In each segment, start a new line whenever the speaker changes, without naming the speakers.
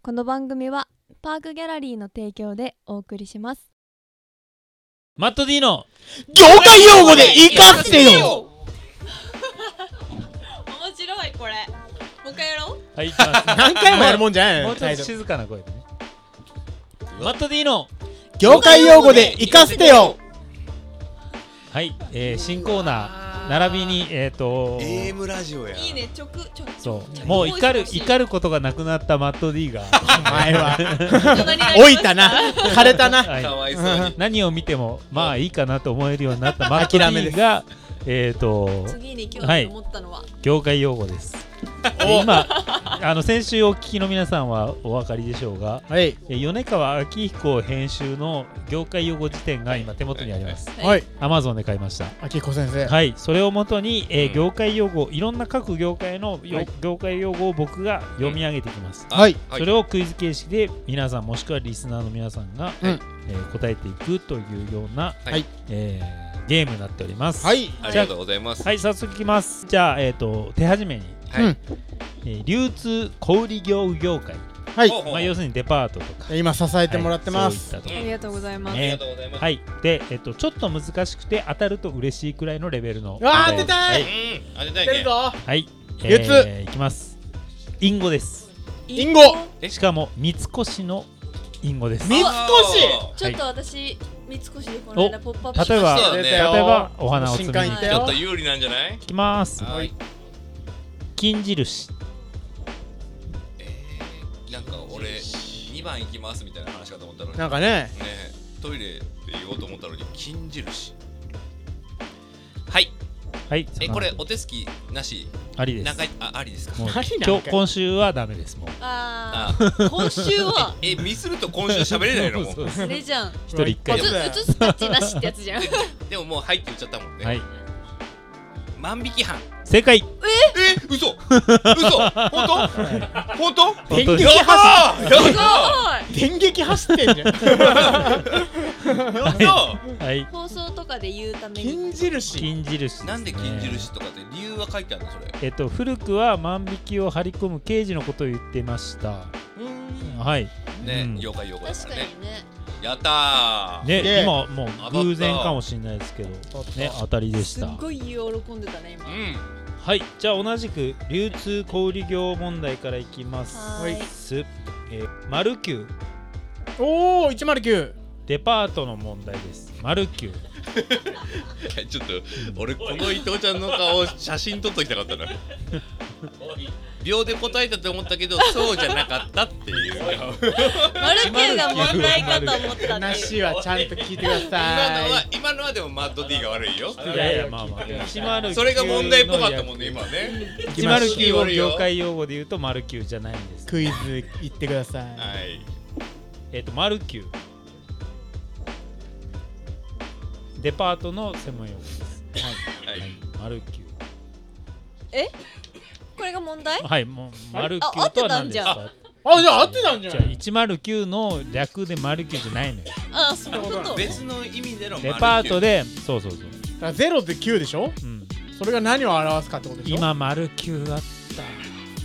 この番組はパークギャラリーの提供でお送りします
マット D の
業界用語でいかってよ
面白いこれもう一回やろう
はい、行き ます
何回もやるもんじゃない
もうちょっ
態
と
度
静かな声でねマット D の
業界用語でいかせてよ
はい、えー、新コーナー並びにえっ、ー、と
AM ラジオや
いいね直直
そうもう怒る怒ることがなくなったマット D が、
お前は
老
老いたな枯れたな
はい
かわいそうに
何を見てもまあいいかなと思えるようになったマット
諦め
D
です
がえっ、ー、と
次に今日思ったのは
業界用語ですで今あの先週お聞きの皆さんはお分かりでしょうが
はい
えー米川明彦編集の業界用語辞典が今手元にあります
はい
アマゾンで買いました
あきこ先生
はい、それをもとに、えー
うん
業界用語いろんな各業界のよ、
はい
業界用語を僕が読み上げてきます、
はい
それをクイズ形式で皆さんもしくはリスナーの皆さんが、
うん
えー答えていくというような、
はい
えーゲームになっております
はい
ありがとうございます
はい早速いきますじゃあ、えー、と手始めに、
はい
うん
えー流通小売業業界、
はい
ほうほう
まあ、要するにデパートとか
今支えてもらってます
はいそういったとこ
ありがとうございます、
ね
ありがとうございます
はいで、えっと、ちょっと難しくて当たると嬉しいくらいのレベルの
うわー
問題です
当てた
はい
い
うんあれだ
出る
よね
ぞ
はい、
流通
えーいきます。インゴです。
リンゴ
え
しかも三越のインゴです。
み
例
三
え
越
ちょっと私三越でこの間ポップアップしまし
ば
た
そうだね
例えばお花を摘みに
新刊
行
行っ
ったて
ちょ
よ
っと有利なんじゃない
きます。
はい
金印
えーなんか俺2番行きますみたいな話かと思ったのに
な
ね
んかね
トイレで言おうと思ったのに金印はい
はい。
え
その
これお手つきなし
ありで
なん
す
か。あありですか
もう
何なんか
今日今週はダメですもう。
あ
あ
ー今週は
えミスると今週喋れないのも
そう
う
そう
それじゃん
一人一
う
回
つ
そうだよ
映すタッチなしってやつ じゃんえ
でももう入って言っちゃったもんね
はい。
万引き犯
正解。
え嘘嘘本当本当
本当
電
です
撃走
あや
すごい
って電撃走ってんじゃん
ったやっ
はい。
放送とかで言うために
金印
金印です
た
ね
なんで金印。とかって理由は書いてあるのそれ
えっと古くは万引きを張り込む刑事のことを言ってました。はい。う
ね
ん
妖怪妖怪だ
確
か
からに
ね
ね
やった
す
ー
げ
ね
え
今もう偶然かもしれないですけど
当たった
ね当たりでし。
すったごい喜んでたね今
う
はい、じゃあ同じく流通小売業問題からいきます。
はーい
す、えー、マルキュー
おお109
デパートの問題です。マルキュー。
んちょっと俺この伊藤ちゃんの顔写真撮っときたかったな秒で答えたと思ったけどそうじゃなかったっていう顔今
マルキューが問題かと思ったね
話はちゃんと聞いてくだ
の
さ
はい今のはでもマッド D が悪いよ
いやいやまあまあ。109
それが問題っぽかったもんね今はね
109マルキューを業界用語で言うとマルキューじゃないんです。
クイズ言ってください
はい
えっ、とマルキュー。デパートの専門用語です。
はい
はい、マルキュー。
これが問題
はい、もうマルキュ
あ合
ー
って
と
た
は
ん
何です
じ
か。
あじゃあ合ってたんじ
じ
ゃ
ゃ
な
あ
い
109の略でマルキューじゃないのよ。
ああそういうこと
別の意味での
デパートで、
で
そうそうそう。
だからゼロで9でしょ
うん。
それが何を表すかってことでしょ
今丸九が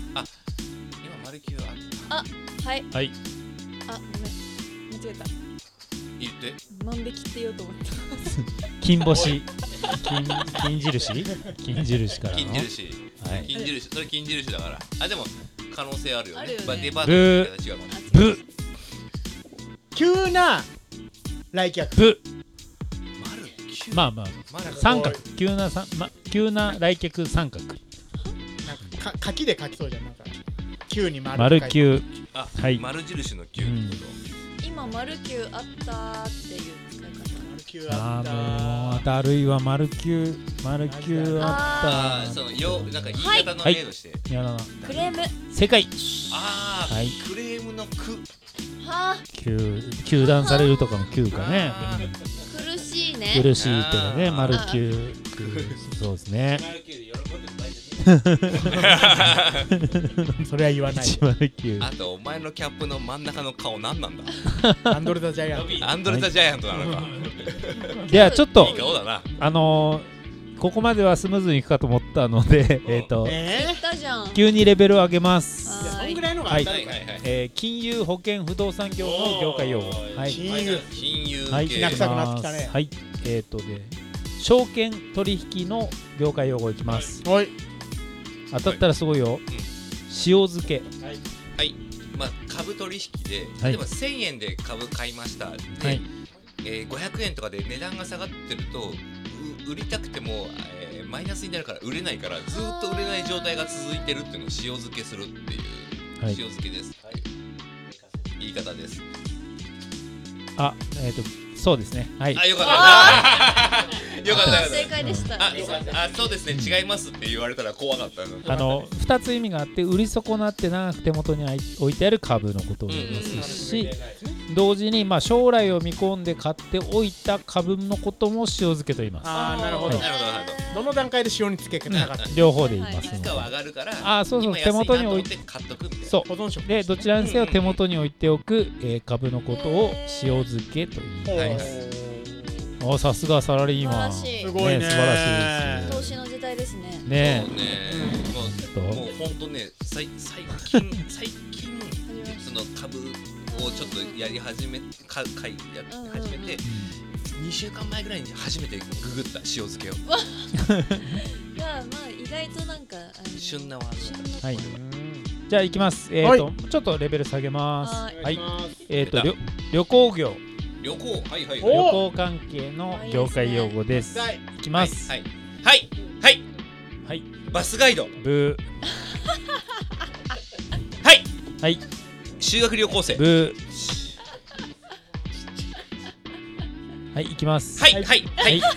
今マルキューあ
はい
はい
あごめん間違えた
言って
万引きって言おうと思った
金星金金印金印からの
金印
はい
金印それ金印だからあでも可能性あるよ
あ
ね
るよね
まあデパートの違うかも
ブ
急な来客
ブ
マルキュー
まあまあ
マルキュー
三角急な三ま急な来客三角
なんかか書きで書きそうじゃんなんか急に丸
丸
って書い
九
て
あ
はい
丸印のキューってこ
今丸九あったーっていう使い方
丸九あ
あ
った
ーもうだるいわ丸九丸九
と
あっ
あー
た
そのよなんか言い方の
はい
例として
やだな
クレームは
世界
あ
はい
ークレームの句
あ
九球断されるとかの九かね
あー
苦しい
うん
ね
苦しいってね
あー
丸九そうですね
マルキューで喜んでもないです
それは言わない
一丸九
あとお前のキャップの真ん中の顔何なんだ
アンドルザジャイアン
アンドレザジャイアントなのか
ではちょっと
いい顔だな
あのー、ここ まではスムーズにいくかと思ったので、えっと、
トえ
言ったじゃん
急にレベルを上げます。
は
んぐらいのが
は
当
い
た
は
る
い
か
はいはい
えー金融保険不動産業の業界用語はい
金融
金融系、
はい、
なくさくなってきたね
はい、えーっ、とで、証券取引の業界用語いきます。
らはい
当たったらすごいよ。塩漬け。
まあ、株取引で、
はい
例えば1000円で株買いましたで、
はい
えー500円とかで値段が下がってるとう売りたくても、えーマイナスになるから売れないからずーっと売れない状態が続いてるっていうのを塩漬けするっていう、
はい
塩漬けです、言い方です、
あ、えーっ、と、そうですね。はい。
あよかった よかったよか
正
っ
解でした。
たああそうですね違いますって言われたら怖かったの
あの2つ意味があって売り損なって長く手元にあい置いてある株のことを言いますし同時にまあ将来を見込んで買っておいた株のことも塩漬けと言います
ああなるほ
な
ど
るほどなるほど
どの段階で塩につけてなかった
両方で言いま
い
す
つ
ので
かは上がるから
あそうそう
今安いなと思
手元に置い
って買っとくみたいな
そう
保存食
でどちらにせよ手元に置いておく、えー株のことを塩漬けと言い
はい
ま
は
す。おさすがサラリーマン。
素晴らしい
すごいね
素晴らしいで
投資の時代ですね。
す。ね
そう
うん
ねもうもう本当ねさい最近 最近その株をちょっとやり始めか買いやり始めて2週間前ぐらいに初めてググった塩漬けを
がまあ意外となんかあの
旬なワードだっ
旬
え。は。
ない
じゃあ行きます。えっ、と、
は
ちょっとレベル下げます。
はい
はい。えっ、と
やった
旅旅行業、
た旅行はいはい
旅
はい
お
行関係の業界用語です。
はい
行きます。
はいはいはい
はい。
バスガイド
ブ
はい
ーはい。
修学旅行生
ブー。はい行きます。
はいはいはい
は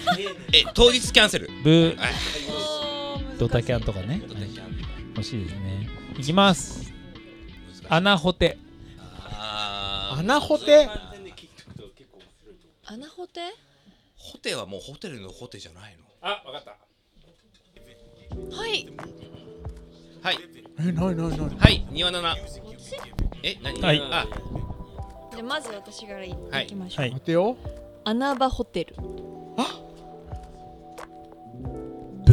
え当日キャンセル
ブー。
はい
おー難しい
ドタキャンとかね。
ちょっと
は
ね
い欲しいですね。行きます。穴ホテ。
あー
穴ホテ
穴ホテ
ホテはもうホテルのホテじゃないの
はい
はい
えないないない
はい庭七え何
はい
あ
じゃあまず私からい
はい
きましょう、
はい
待。てよ
穴場ホテル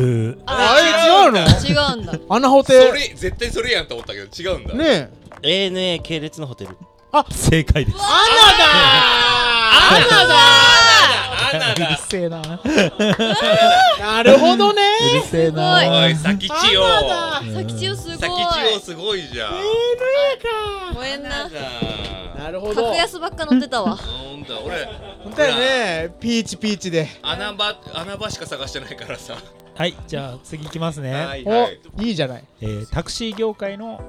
ブ
あ れ違うの
違うんだ
穴ホ
そ
テ
れ絶対それやんと思ったけど違うんだ
ねえ
ANA 系列のホテル
ー。正解です。
穴
あなだあな
うる
だ
せえな。
だなるほどね
うるせえな。
おい先千代
うん
先千代すごい
先千代すごいじゃん
燃えんな
な
なるほど
格安ばっか乗ってたわ
ほんと俺
本当やねピーチピーチで
穴場穴場しか探してないからさ
はい、じゃあ次行きますね。
はい
お
はい
いいじゃない
えータクシー業界の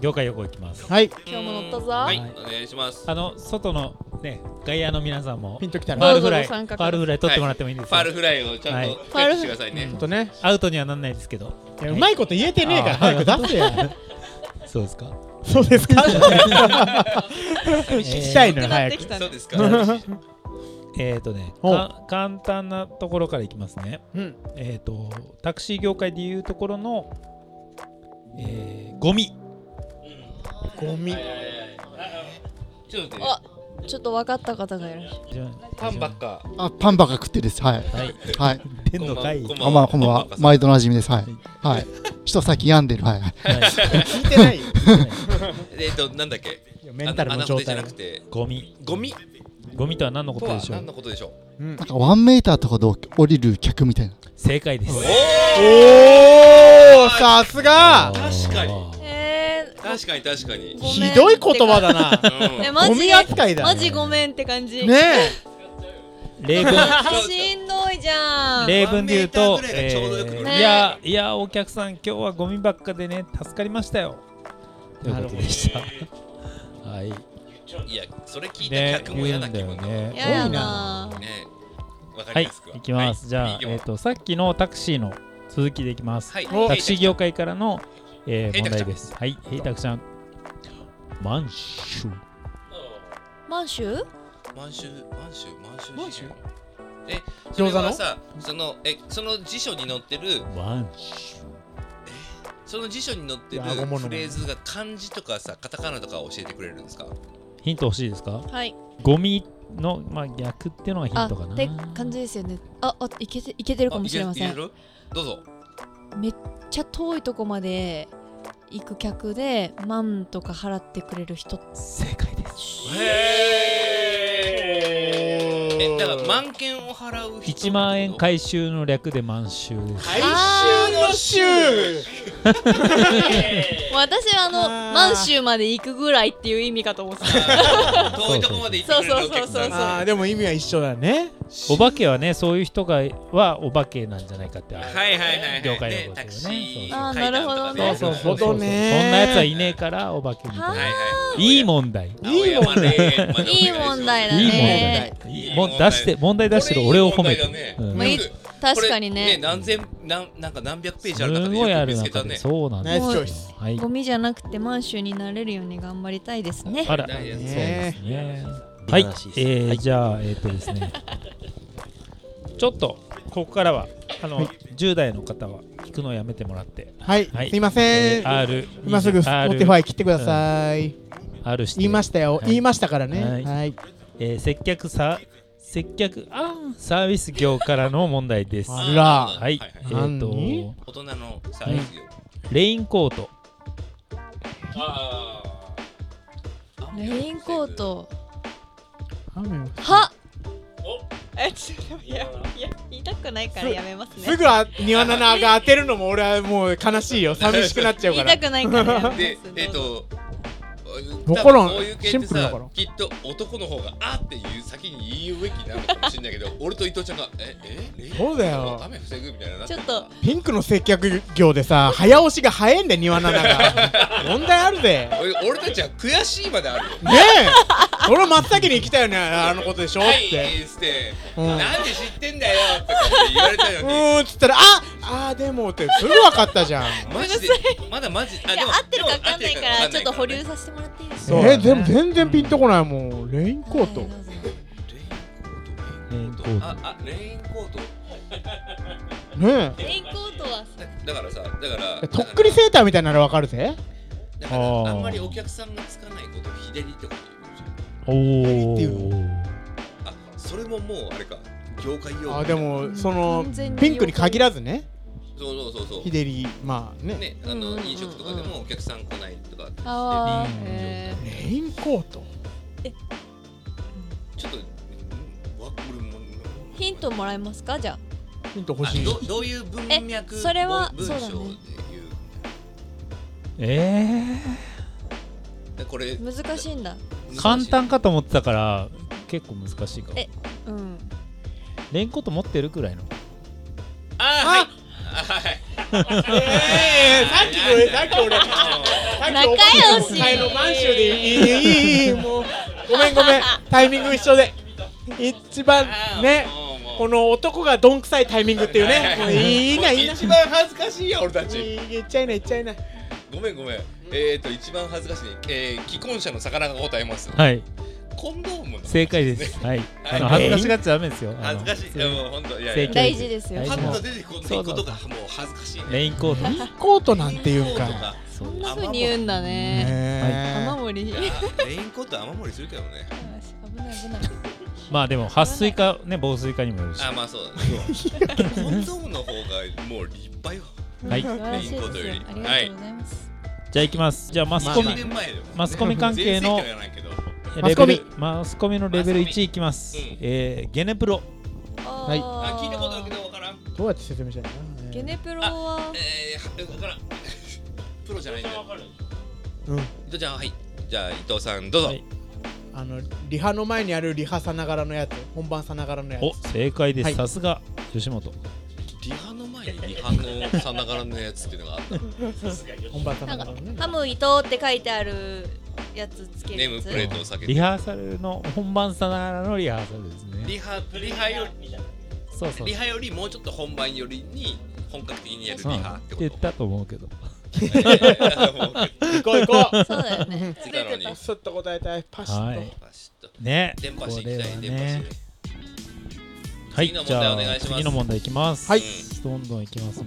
業界用語いきます。
はい
今日も乗ったぞ
はいお願いします
あの外のね外野の皆さんも
ピンときた
フ
ら
ァール
ほん
フライフ
どうぞご参加
ァ
くださ
ー
い
ルフライ取ってもらってもいいです
フ
よ
ァールフライをちゃん
はい
とキャッチしてくださいね
とね
アウトにはなんないですけど。
いやうまいこと言えてねえから
はい
早く出せよ
そうですか。
そうですか
え
聞きたい
ー
のよ 早く
そうですか
えーとね、
ほう
か簡単なところからいきますね。
うん
えーとタクシー業界でいうところの、えー、ゴミ。
ゴミ
ちょっと待
あちょっと分かった方がいらっしゃる
ってパンばっか
あ、パンバカ食ってです。はい。
はい。
はい。
天の会。
こんばんは
あ、まあ、こんばんは
こ。んばんは
毎度おなじみです。はい。はい。人先病んでる。はい。
はい
聞いてないよ
えっとなんだっけ
いやメンタルの状態が
穴ホテじゃなくて
ゴミ。
ゴミ
ゴミとは何のことと
は
でしょ
何
う
の。ことでしょう
うん
なんかワンメーターとかで降りる客みたいな。
正解です。
おーさすが
確かに
えー、
確かに確かに
ごめん
ひどい言葉だな
うん
えマジ
ゴミ扱いだね
マジごめんって感じ
ねえ
例文
あしんどいじゃん
例文で言うと、
ワンメーターぐらいがちょうどよくなる
えー
ね
いやいやお客さん今日はゴミばっかでね助かりましたよ。ということでした。はい。
いやそれ聞いた
ね
客も
言
嫌
うん
な
だ
気
よ
分だわね
ややな
わか
は
り
い
ますか
行きます。じゃあ
いき
え
ま
っ
す
とさっきのタクシーの続きでいきます。
はい
お
タクシー業界からのえー
ヘイ
問
タクち
題
ゃん
です。はい。ヘイタクちゃん。マンション。
満州
満州満州満
満
州
州
事変えそれ
餃子
は
の
さそのえその辞書に載ってる
マンション。
その辞書に載ってる
いやごものも
フレーズが漢字とかさカタカナとか教えてくれるんですか
ヒント欲しいですか？
はい
ゴミのまあ逆っていうのがヒ
あ
ントかな。
って感じですよねああいけていけてるかもしれませ
あ
ん
いけるいけるどうぞ
めっちゃ遠いとこまで
行く客で万とか払ってくれる人
正解です
へえだから万件を払う人
1万円回収の略で満州です
回収の週
私はあの
あー
満州まで行くぐらいっていう意味かと思ってた
遠いとこまで行ってくれるお客さん
ああでも意味は一緒だね
お化けはねそういう人がはお化けなんじゃないかってある
はいはいはいはい
業界の
ね
こと
タク
で
シ
すよね
ー
そうそう
階段とかね
あ
そ
ー
うそうそ
なるほ
うそうそ
ど
んな
ね
やつはいねえからお化けみたい
は
ない
はい
いい問題
青山霊園までお願します
いい問題だ
いい問
ね
題
いい
も
問
う
題
出して問題出してる俺を褒めて
これいい問題だね
うん
まあい確かにね
何千なんなんか何百ページあ
す
る中でよ
ごいあ
く見
る
つけた
中で
ね。
そうなん
ナ
で
イ
す
スチョイス
はい
ゴミじゃなくて満州になれるように頑張りたいですね
あら
だ
そう
よ
で
ね
すねは
美
い
男子です
えーじゃあえっとですね ちょっとここからはあの10代の方は聞くのやめてもらって
はい
はい
すいません
R
今すぐ Spotify 切ってください
R して
言いましたよ
はい
言いましたから
はい
ねはい
えー接客さ接客あーサービス業からの問題です。
あ
は、
ら
はいい
えっ、
何
と
大人のサービス業。
レインコート、
あー
レインコー。ト
雨を
はえちょっといやいや言いたくないからやめます
す
ね
ぐあ庭菜々が当てるのも俺はもう悲しいよ寂しくなっちゃう
言
か
い
ら
たくないからやめます
で、えっ
どうぞ
と。
わからん
多分そういう系
シ
っ
ン
て
プルだ
さ
から
きっと男の方が「あ」っていう先に言うべきなのかもしれないけど俺と伊藤ちゃんが「ええレインコート
そうだよ
雨防ぐ」みたいな
ちょっと
ピンクの接客業でさ早押しが早いんだよ庭菜々 が問題あるぜ
俺俺たちは悔しいまであるよ
ねえ俺真っ先に行きたよねあのことでしょっ
はい
て
っつって「
うん
なんで知ってんだよ」とかって言われた
う
よね
ーんっつったらああーでもってすぐ分かったじゃん
マジでまだマジあ
いや合ってるか分かんないからちょっと保留
レイン
させてもらっていいです
そう
か
えーでも全然ピンとこないもんレインコート
はいどうぞ
コート
レインコート
ああレインコート
ねえ
レインコートは
だだからさだから
とっくりセーターみたいなら分かるぜ
だから
あー
あんまりお客さんがつかないことを左ってこと言うじゃん
お
ってい
ー
あそれももうあれか業界用語
あーでもその
完全に
ピンクに限らずね
そうそうそうそう
ヒデリまあね
ねあの、
うんうんうんうん
飲食とかでもお客さん来ないとかって
あ
う
ー
ん
えー
レインコート
ちょっとうんわ俺も
ヒントもらえますかじゃあ
ヒント欲
あ
しい
どどういう文脈
えそれは
文
そうだ
文
ね
章で言う
え
でこれ
難しいんだ
ー、簡単かと思ってたから結構難しいかも
えうん
レインコート持ってるくらいの
あーはい
ええさっきのさっき俺
あ
仲良し
あの満州でいいいいいいいいもうごめんごめんタイミング一緒で一番
はい
ね
もうもう
この男がどんくさいタイミングっていう
はいは
ね
い
もういいな
もう
いいな
一番恥ずかしいや俺たち
言っちゃいな言っちゃいな
ごめんごめんえっ、ー、と一番恥ずかしい、えー、既婚者の魚が答えます、
はい
コンドームの
正解ですはいあの
はい
恥ずかしがっちゃダメですよあ
恥
の
ずかしいいやもう本当いや
正解
いや
大事ですよ
大
パ
事
ッ
な
と出てこないことがもう恥ずかしいね
レインコート
コートなんていう
レインコート
か
か
そ
こ
うん
な風に言うんだね
ね
雨漏り
い
危
やレインコート雨漏りするけどね
ない危ない
まあでも撥水かね防水かにもよるし
あまあそうだねコンドームの方がもう立派よ
はい
素晴らしいですよありがとうございます
じゃあ行きますじゃあマスコミ
20年前だよ
マスコミ関係の
全然世界じゃないけど
レ
マス
ベ
コミ
ルマスコミのレベル
マスコ
1
ミ
いきます
うん
えーゲネプロ
はい
あ聞いたことあるけどわからん
どうやって説明したらいいんだろうね
ゲネプロは
えー、わからんプロじゃないんだよ
うん
伊藤ちゃんはいじゃあ伊藤さんどうぞ、
はい
あのリハの前にあるリハさながらのやつ本番さながらのやつ
お正解で
は
す
い
さすが吉本
リハの前にリハのさながらのやつっていうのがあったの
本番さ
な
なんが
から
のね
ハム伊藤って書いてあるやつつけ
ネー
るや
ム
つ
プレートを避け
リ
て
ハーサルの本番さながらのリハーサルですね
リハリハより
そうそう
リハよりもうちょっと本番よりに本格的にやるリ
うん
ハって
って言っ
こと
たと思うけど
行こう行こう
そうだよね
次なのに
スッと答えたいパシ
は
ッと
い
パシッと
ね
電波
こ
してい
れは
きたい電波
ね
して
はい
次の問
じ
題
ゃ
お
あ
願いします
次の問題いきます
はい
どんどんいきますね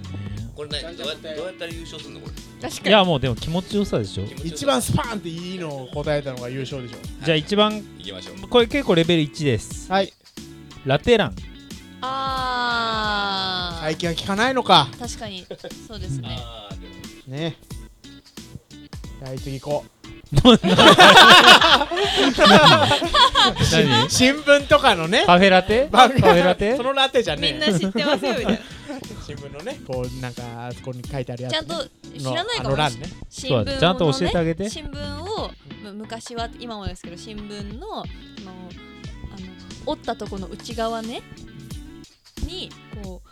これねどうやどうやったら優勝するのこ
確
い
か
や
に
もうでも気持ちよさでしょ
れ気持ちよさ
一番スパーンっていいのを答えたのが優勝でしょ
じゃあ一番
いきましょう
これ結構レベル1です
はい
ラテラン
あ
最近は聞かないのか
ー確かにそうですね
あーでも
ねはい次行 こ
何
う 新聞とかのね
カフェラテ
カ
カフェラテ
そのラテじゃ
みん
ねえ
な知ってますよみたいな。
新聞のねこうなんかあそこに書いてあるやつ
ちゃんと知らないか
あ
もしれ
の
な
あの欄
い
ね
新聞を、ね、
ちゃんと教えてあげて
新聞をむ昔は今もですけど新聞のそのあの折ったとこの内側ねにこう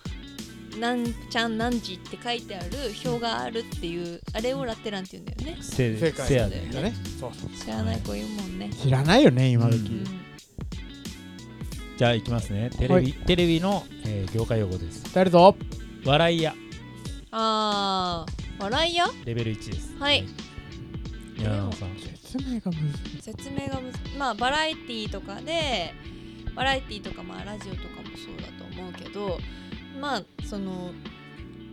なんちゃん何時って書いてある表があるっていうあれをラテランって言うんだよね
せ
正解
せや
だよ
ね
ねそう
知らない子いるもんね、
知らないよね今時、
う
うんん、
じゃあいきますねテレビ、
はい
テレビの、えー業界用語です
誰ぞ
笑い屋
あー笑いや
レベル1です
はい
宮野さん
説明が難しい
説明がむずまあバラエティーとかでバラエティーとかまあラジオとかもそうだと思うけどまあその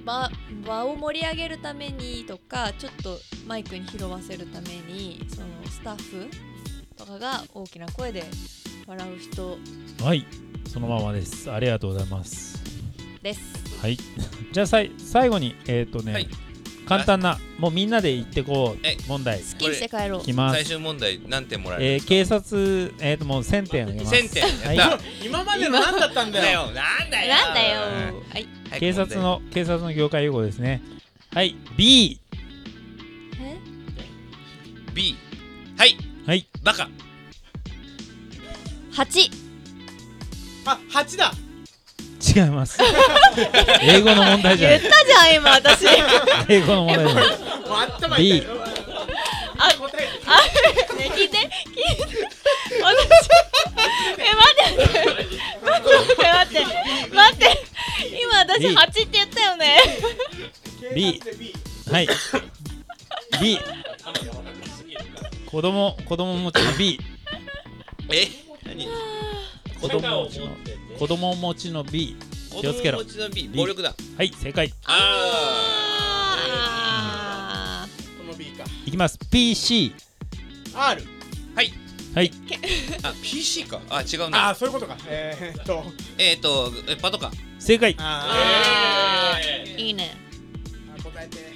場場を盛り上げるためにとかちょっとマイクに拾わせるためにそのスタッフとかが大きな声で笑う人
はいそのままですありがとうございます
です。
はいじゃあさい最後にえっ、とね、
はい
簡単なもうみんなで言ってこ
え
う問題い
好きにして帰ろう
きま
最
す
終問題何点もら
え
える
ー、警察えっ、ともう1000点あげます
1000点
は
やっ
今までの何だったん
ただよなんだよ
なんだよはい
はい
警察の警察の業界用語ですねはい B
え
B はい
はい
バカ
八
あ八だ
違います 英語の問題じゃな
言っ
い
たじゃん今私。ね
英語の問題じゃない
もうあったま
B
あ答え
聞いて聞いて。私 え待って待って待って待って今私八って言ったよね。
B はい B 子供子供持ちの B
え何
子供持ちの子供持ちの B
子
気をつけろ
供持ちの B 暴力だ
はい正解
あ
あ
この B か
いきます PC
R
はい
ーあ PC かあ違う
あ
な
あそういうことかえー、っと
えっとえパトカー
正解
あ
あ
ーいいね。
ーあ答えて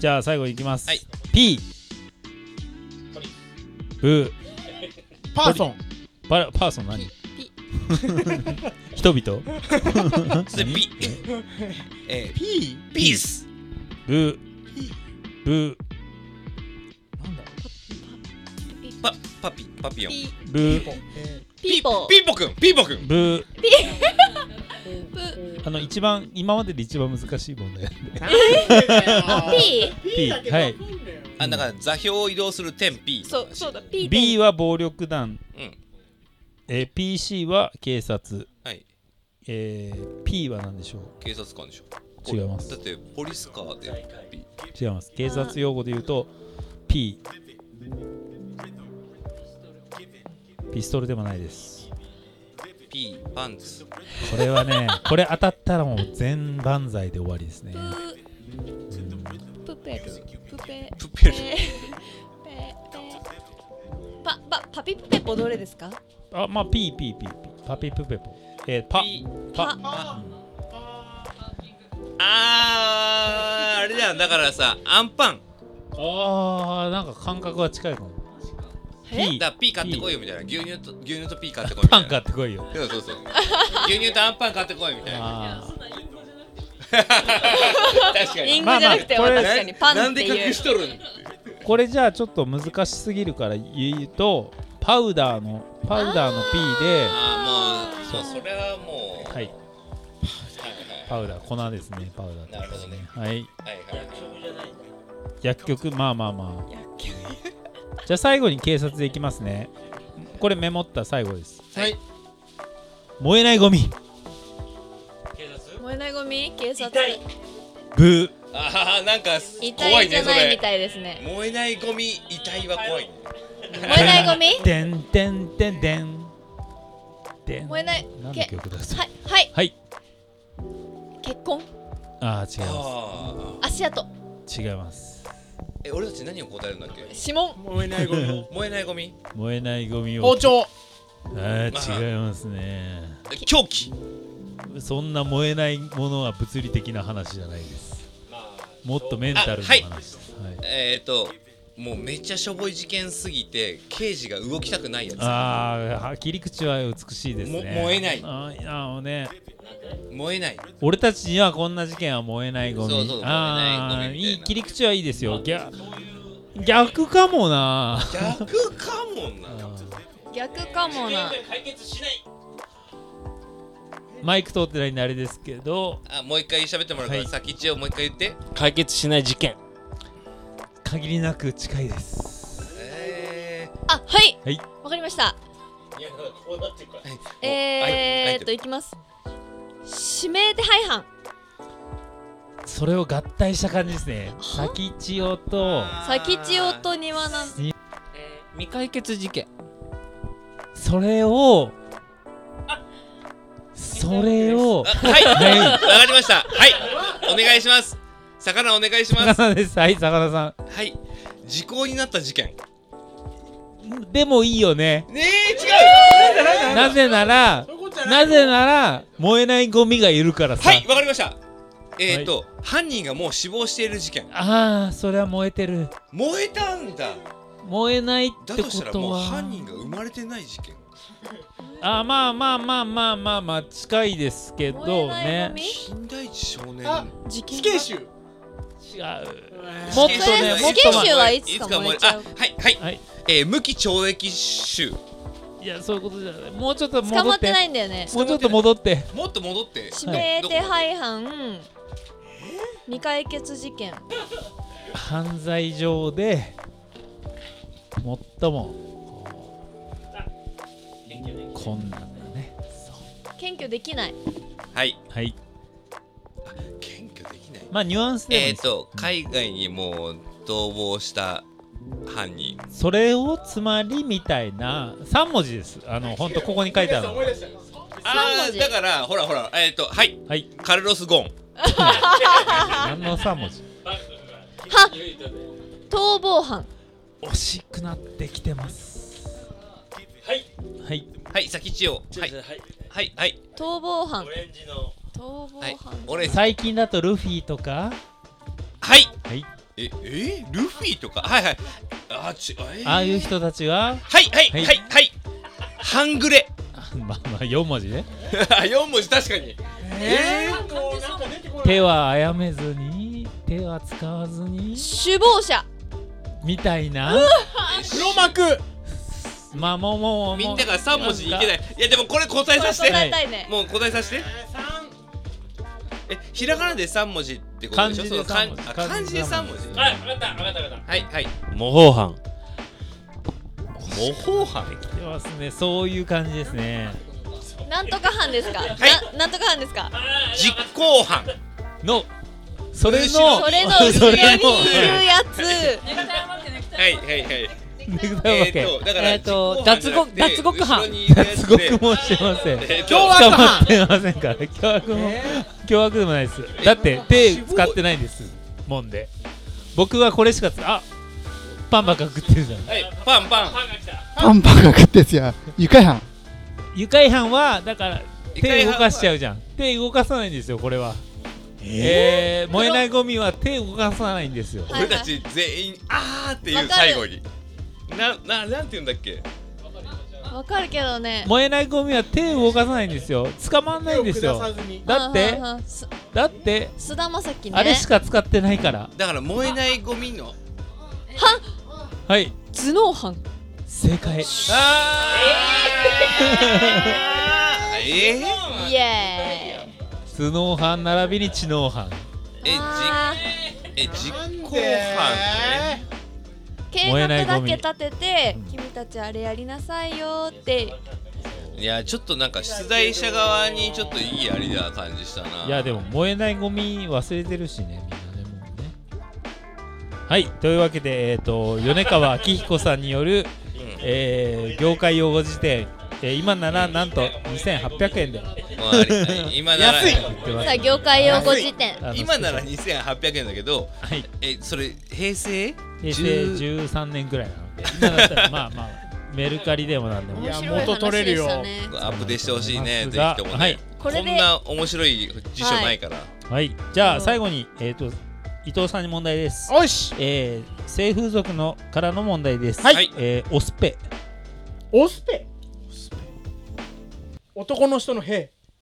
じゃあ最後いきます、
はい
P ブ
パーソン
ーパラパーソン何
ピ
人々
それ B え
P
ーピース
ブーブ
パパピパピヨン
ピ
ーブー
え
ピーポー。
ピーポくんピーポく ん
ブー
プ
あの一番今までで一番難しい問題
ー、
ピ
P はい
あだから座標を移動する点 P
そうそうだピ
B は暴力団、
うん
えー PC は警察、
はい
えー P は何でしょ
警察官でしょ
違います
だってポリスカーで P
う違います警察用語で言うと P ピストルでもないです
P パンツ
これは ねこれ当たったらもう全万歳で終わりですね
プペルプペ
プペ
ペ
ル
ペパパパピプペポどれですか
あまあ P P P P パピプペポえー、パ
P
パ
ああーあれだよだからさアンパン
あーなんか感覚は近いかも
え
P
だから P 買ってこいよみたいな牛乳と牛乳と P 買ってこいみた
パン
いな
買ってこいよ
そうそうそう牛乳とアンパン買ってこいみたいな
あー
確か
イン
に
グじゃなくて
まあまあ
確かにパ
な
ンっ
ん
て
で
い
隠
う
し。とるん
これじゃあちょっと難しすぎるから言うとパウダーのパウダーの P で
ああもうそうそれはもうは
はいいパウダー粉ですねパウダー
なるほどね
はい
はいはい
薬局まあまあまあじゃあ最後に警察でいきますねこれメモった最後です
はい
燃えないゴミ
燃えないゴミ警察
ブー
ああなんか
遺
怖
体
い
じ
ね
ゃ
そ
ないみ
れ
たいですね
燃えないゴミ遺体は怖いね
燃えないゴミ
でんでんでんでんでん
燃えない
何の
け
曲だそれ
はいはい
はい
結婚
あー違いま
ああ
足跡
す違います
え俺たち何を答えるんだっけ
指紋
燃えないゴミ
燃えないゴミ
燃えないゴミを
包丁
あー違いますね
狂気
そんな燃えないものは物理的な話じゃないです。もっとメンタルの話です。はい
えっともうめっちゃしょぼい事件すぎて刑事が動きたくないやつ
ああ切り口は美しいですね
も燃えない
あーあのね
燃えない
俺たちにはこんな事件は燃えないゴミ
そうそう
あ
燃えない
あ
ゴミみたいない
い切り口はいいですよ逆逆かもな
逆かもな
逆かもな
マイク通ってないんであれですけど
あもう一回喋ってもらうから、
はい
先一をもう一回言って
解決しない事件
限りなく近いです
え
あはい
はい
わかりました
ーはい
えーっと
はい
きます指名手配犯
それを合体した感じですね
は
先千代と
先千代と庭なん
未解決事件
それをそれを
あはいわ
は
かりましたはいお願いします魚お願いします
魚ですはい魚さ
はい時効になった事件
んでもいいよね
ねえ違う
なぜならなぜなら燃えないゴミがいるからさ
はいわかりましたえっ、ー、と、犯人がもう死亡している事件
ああそれは燃えてる
燃えたんだ
燃えないっ
だ
て
と
こ
したら
と
もう
は
犯人が生まれてない事件
あまあまあまあまあまあまあ近いですけど
燃えない
ね
ゴミ
金田一少年
あ
事件
死刑囚
違うもっとねもっ
死刑
と
囚
ま
はいつか燃えちゃう
いつか燃えあはいはい、
はい
えー無期懲役囚
いやそういうことじゃないもうちょっと
捕
戻
まっ
ってて
ないんだよね
もうちょっと戻って
もっと戻って
指名手配犯未解決事件
犯罪上で最もこんなんだね
検挙できない
はい
はい
検挙できない
まあニュアンスでもいい
えっ、
で
ー、
す
と海外にもう逃亡した犯人
それをつまりみたいな3文字ですあの本当ここに書いてあるの
思い出した
あ
三文
ー
字
だからほらほらえっ、ー、とはい
はい
カルロス・ゴーン
何の3文字
逃亡犯
惜しくなってきてますはいはい
はい先千代はいはいはい
逃亡犯逃亡
はい
犯
俺はい
最近だとルフィとかはい
ええー、ルフィとかはいはいあちえー、
ああいう人たちは
はいはいはい
は
はいい、はい、半グレ
まあまあ4文字ね
四文字確かに
えーもうなんか出てこない
手はあやめずに手は使わずに
首謀者
みたいな
黒幕
まあもうもうもう
みんなが三文字いけ
な
なん
か
いいやでもこれ答えさせ
答
て
えたいね
もう答えさせてえひらがなで三文字ってことでしょその
漢
漢
字で三文字
あ漢字で三文字
はい
分かった分かった分かったはいはい
模倣犯
模倣犯
来てますねそういう感じですね
なんとか犯ですか
い
ななんとか犯ですか
実行犯
のそれの
後
それの
そ
後ろに
れの
いるやつ
はいはいはい
ネ
え
クタイ
ー
を
とだから
えーと
実行犯じゃなくて
脱獄犯
後ろにいるやつ で
すごくもしてません
えー
今日は
捕
と
まってませんから凶悪も凶悪でもないですだって手使ってないんですもんで僕はこれしかつあパンばっか食ってるじゃん
はいパンパン
パンパンが食ってやつや愉快犯
愉快犯はだから
愉快
手
犯
動
は
かしちゃうじゃん手動かさないんですよこれはえー、燃えないゴミは手動かさないんですよ
はい
俺たち全員あーっていう最後になななんて言うんだっけ
わかるけどね
燃えないゴミは手動かさないんですよ捕まんないんです
手を下
よ
さずに
だって
はんはんはんす
だって
菅田将暉ね
あれしか使ってないから
だから燃えないゴミの
はい
頭脳犯
正解
あーえー、
イエーイ
頭脳犯並びに知能犯
え
あ
え実行犯ね
ね
ー計
燃えないゴ
画だ
ミ
け立てて君たちあれやりなさいよーって
いやちょっとなんか出題者側にちょっといいありだ感じしたない
いやでも燃えないゴミ忘れてるしねみんなでもうねはいというわけでえっ、と米川明彦さんによる、えー業界用語辞典、えー今ならなんと2800円で
もうあり今なら
安い
売ってます
さあ業界用語辞典
あの
今なら2800円だけど
はい
えそれ平成
平成13年ぐらいなので今だったらまあまあメルカリでもなんでも
いや
面白い
元取れるよ
話でしたね
アップデートしてほしいね
そう
ぜ
なん
ひ
です
と
が
もね、
はい
これで
んな面白い辞書ないから、
はいじゃあ最後にえっ、と伊藤さんに問題です
おいし
えー性風俗のからの問題です。
はい
えーオスペ。
オスペ男の人の兵